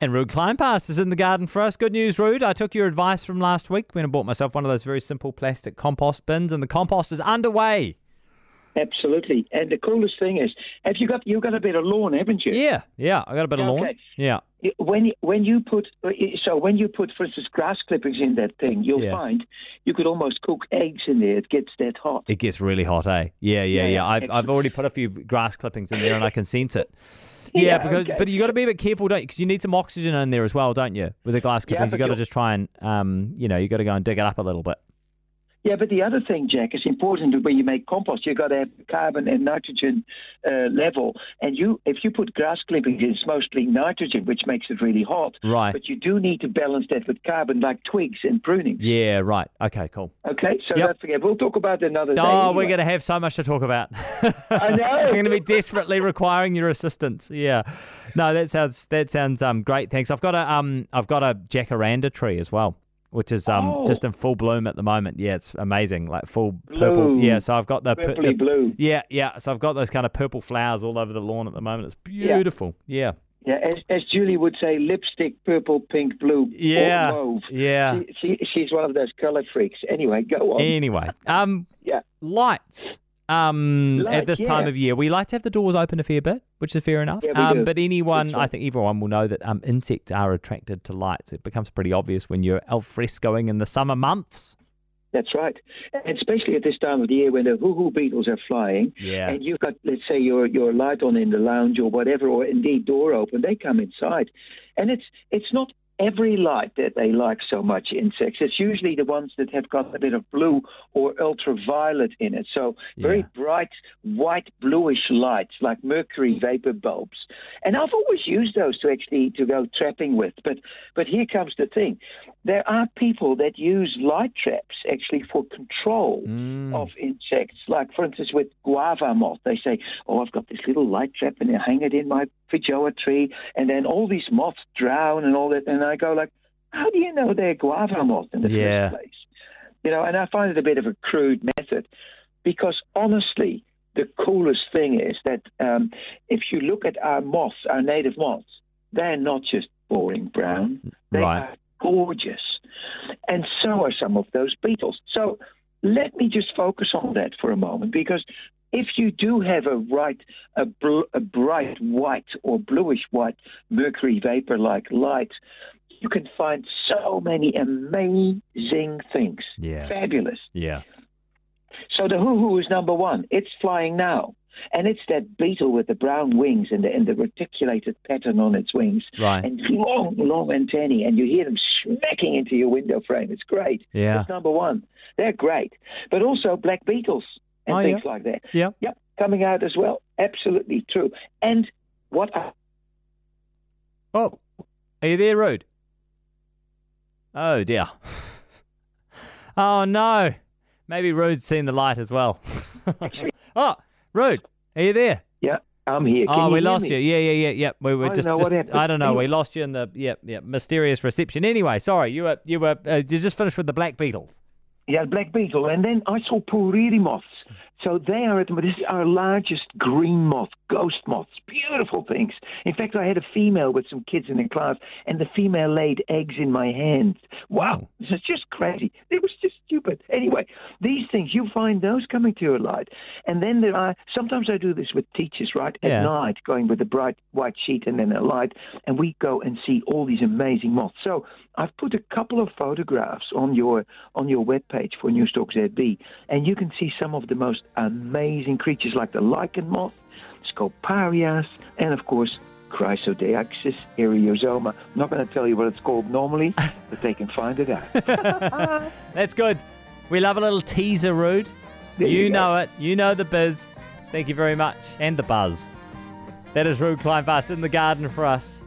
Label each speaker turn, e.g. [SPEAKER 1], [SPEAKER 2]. [SPEAKER 1] And Rude Kleinpast is in the garden for us. Good news, Rude. I took your advice from last week when I bought myself one of those very simple plastic compost bins, and the compost is underway.
[SPEAKER 2] Absolutely. And the coolest thing is, have you got you got a bit of lawn, haven't you?
[SPEAKER 1] Yeah, yeah. I got a bit of
[SPEAKER 2] Okay.
[SPEAKER 1] lawn. Yeah.
[SPEAKER 2] When when you put so when you put, for instance, grass clippings in that thing, you'll
[SPEAKER 1] Yeah.
[SPEAKER 2] find you could almost cook eggs in there. It gets that hot.
[SPEAKER 1] It gets really hot, eh? Yeah, yeah, yeah.
[SPEAKER 2] Yeah, yeah.
[SPEAKER 1] I've, I've already put a few grass clippings in there, and I can sense it. Yeah,
[SPEAKER 2] Yeah,
[SPEAKER 1] because
[SPEAKER 2] okay.
[SPEAKER 1] but you got to be a bit careful, don't you? Because you need some oxygen in there as well, don't you? With the glass
[SPEAKER 2] Yeah,
[SPEAKER 1] clippings, you
[SPEAKER 2] but
[SPEAKER 1] got to
[SPEAKER 2] you'll-
[SPEAKER 1] just try and um, you know, you got to go and dig it up a little bit.
[SPEAKER 2] Yeah, but the other thing, Jack, is important that when you make compost, you've got to have carbon and nitrogen uh, level. And you, if you put grass clippings in, it's mostly nitrogen, which makes it really hot.
[SPEAKER 1] Right.
[SPEAKER 2] But you do need to balance that with carbon, like twigs and pruning.
[SPEAKER 1] Yeah. Right. Okay. Cool.
[SPEAKER 2] Okay, so
[SPEAKER 1] Yep.
[SPEAKER 2] don't forget. We'll talk about that another day.
[SPEAKER 1] Oh, we're
[SPEAKER 2] anyway.
[SPEAKER 1] going to have so much to talk about. I
[SPEAKER 2] know.
[SPEAKER 1] I'm going to be desperately requiring your assistance. Yeah. No, that sounds that sounds um great. Thanks. I've got a um I've got a jacaranda tree as well, which is um
[SPEAKER 2] Oh.
[SPEAKER 1] just in full bloom at the moment. Yeah, it's amazing, like full purple.
[SPEAKER 2] Blue.
[SPEAKER 1] Yeah. So I've got the, pur-
[SPEAKER 2] Purpley
[SPEAKER 1] the-
[SPEAKER 2] blue.
[SPEAKER 1] yeah yeah. So I've got those kind of purple flowers all over the lawn at the moment. It's beautiful. Yeah.
[SPEAKER 2] Yeah, as, as Julie would say, lipstick, purple, pink, blue,
[SPEAKER 1] Yeah.
[SPEAKER 2] or mauve.
[SPEAKER 1] Yeah.
[SPEAKER 2] She, she, she's one of those color freaks. Anyway, go on.
[SPEAKER 1] Anyway, um,
[SPEAKER 2] Yeah.
[SPEAKER 1] lights. Um, at
[SPEAKER 2] Light,
[SPEAKER 1] this time
[SPEAKER 2] yeah.
[SPEAKER 1] of year, we like to have the doors open a fair bit, which is fair enough.
[SPEAKER 2] Yeah, we
[SPEAKER 1] um,
[SPEAKER 2] do.
[SPEAKER 1] but anyone,
[SPEAKER 2] That's
[SPEAKER 1] I
[SPEAKER 2] right.
[SPEAKER 1] think everyone will know that um, insects are attracted to lights. It becomes pretty obvious when you're alfrescoing in the summer months.
[SPEAKER 2] That's right. And especially at this time of the year when the hoo-hoo beetles are flying.
[SPEAKER 1] Yeah.
[SPEAKER 2] And you've got, let's say, your, your light on in the lounge or whatever, or indeed door open, they come inside. And it's, it's not every light that they like so much, insects. It's usually the ones that have got a bit of blue or ultraviolet in it. So very
[SPEAKER 1] Yeah.
[SPEAKER 2] bright, white, bluish lights like mercury vapor bulbs. And I've always used those to actually to go trapping with. But, but here comes the thing. There are people that use light traps actually for control
[SPEAKER 1] Mm.
[SPEAKER 2] of insects. Like, for instance, with guava moth, they say, Oh, I've got this little light trap and I hang it in my feijoa tree, and then all these moths drown and all that. And I go, like, How do you know they're guava moth in the
[SPEAKER 1] Yeah.
[SPEAKER 2] first place? You know, and I find it a bit of a crude method because honestly, the coolest thing is that um, if you look at our moths, our native moths, they're not just boring brown. They
[SPEAKER 1] Right.
[SPEAKER 2] are gorgeous. And so are some of those beetles. So let me just focus on that for a moment because if you do have a, right, a, bl- a bright white or bluish white mercury vapor like light, you can find so many amazing things.
[SPEAKER 1] Yeah.
[SPEAKER 2] Fabulous.
[SPEAKER 1] Yeah.
[SPEAKER 2] So the hoo hoo is number one. It's flying now. And it's that beetle with the brown wings and the, and the reticulated pattern on its wings
[SPEAKER 1] Right.
[SPEAKER 2] and long, long antennae. And you hear them smacking into your window frame. It's great.
[SPEAKER 1] Yeah.
[SPEAKER 2] That's number one. They're great. But also black beetles and
[SPEAKER 1] Oh,
[SPEAKER 2] things like that.
[SPEAKER 1] Yeah.
[SPEAKER 2] Yep. Coming out as well. Absolutely true. And what I
[SPEAKER 1] Oh, are you there, Rude? Oh dear. oh no. Maybe Rude's seen the light as well. oh, Rude, are you there?
[SPEAKER 2] yeah, I'm here. Can
[SPEAKER 1] oh,
[SPEAKER 2] you
[SPEAKER 1] we
[SPEAKER 2] hear
[SPEAKER 1] lost
[SPEAKER 2] me?
[SPEAKER 1] you. Yeah, yeah, yeah, yeah. We were
[SPEAKER 2] I don't
[SPEAKER 1] just,
[SPEAKER 2] know what
[SPEAKER 1] just-
[SPEAKER 2] happened.
[SPEAKER 1] I don't know. We lost you in the yeah, yeah, mysterious reception. Anyway, sorry. You were you were uh, you just finished with the black beetles.
[SPEAKER 2] Yeah, black beetle. And then I saw puriri moths. So they are at the this is our largest green moth, ghost moths. Beautiful things. In fact, I had a female with some kids in the class, and the female laid eggs in my hand. Wow, this is just crazy. It was just stupid. Anyway, these things you find those coming to your light, and then there are. Sometimes I do this with teachers, right? At
[SPEAKER 1] Yeah.
[SPEAKER 2] night, going with a bright white sheet and then a light, and we go and see all these amazing moths. So I've put a couple of photographs on your on your webpage for News Talk ZB, and you can see some of the most amazing creatures like the lichen moth, Scoparias, and of course Chrysodeaxis eriosoma. I'm not going to tell you what it's called normally, but they can find it out.
[SPEAKER 1] That's good. We love a little teaser, Rude.
[SPEAKER 2] There you
[SPEAKER 1] you
[SPEAKER 2] go.
[SPEAKER 1] know it. You know the biz. Thank you very much, and the buzz. That is Rude Kleinfast in the garden for us.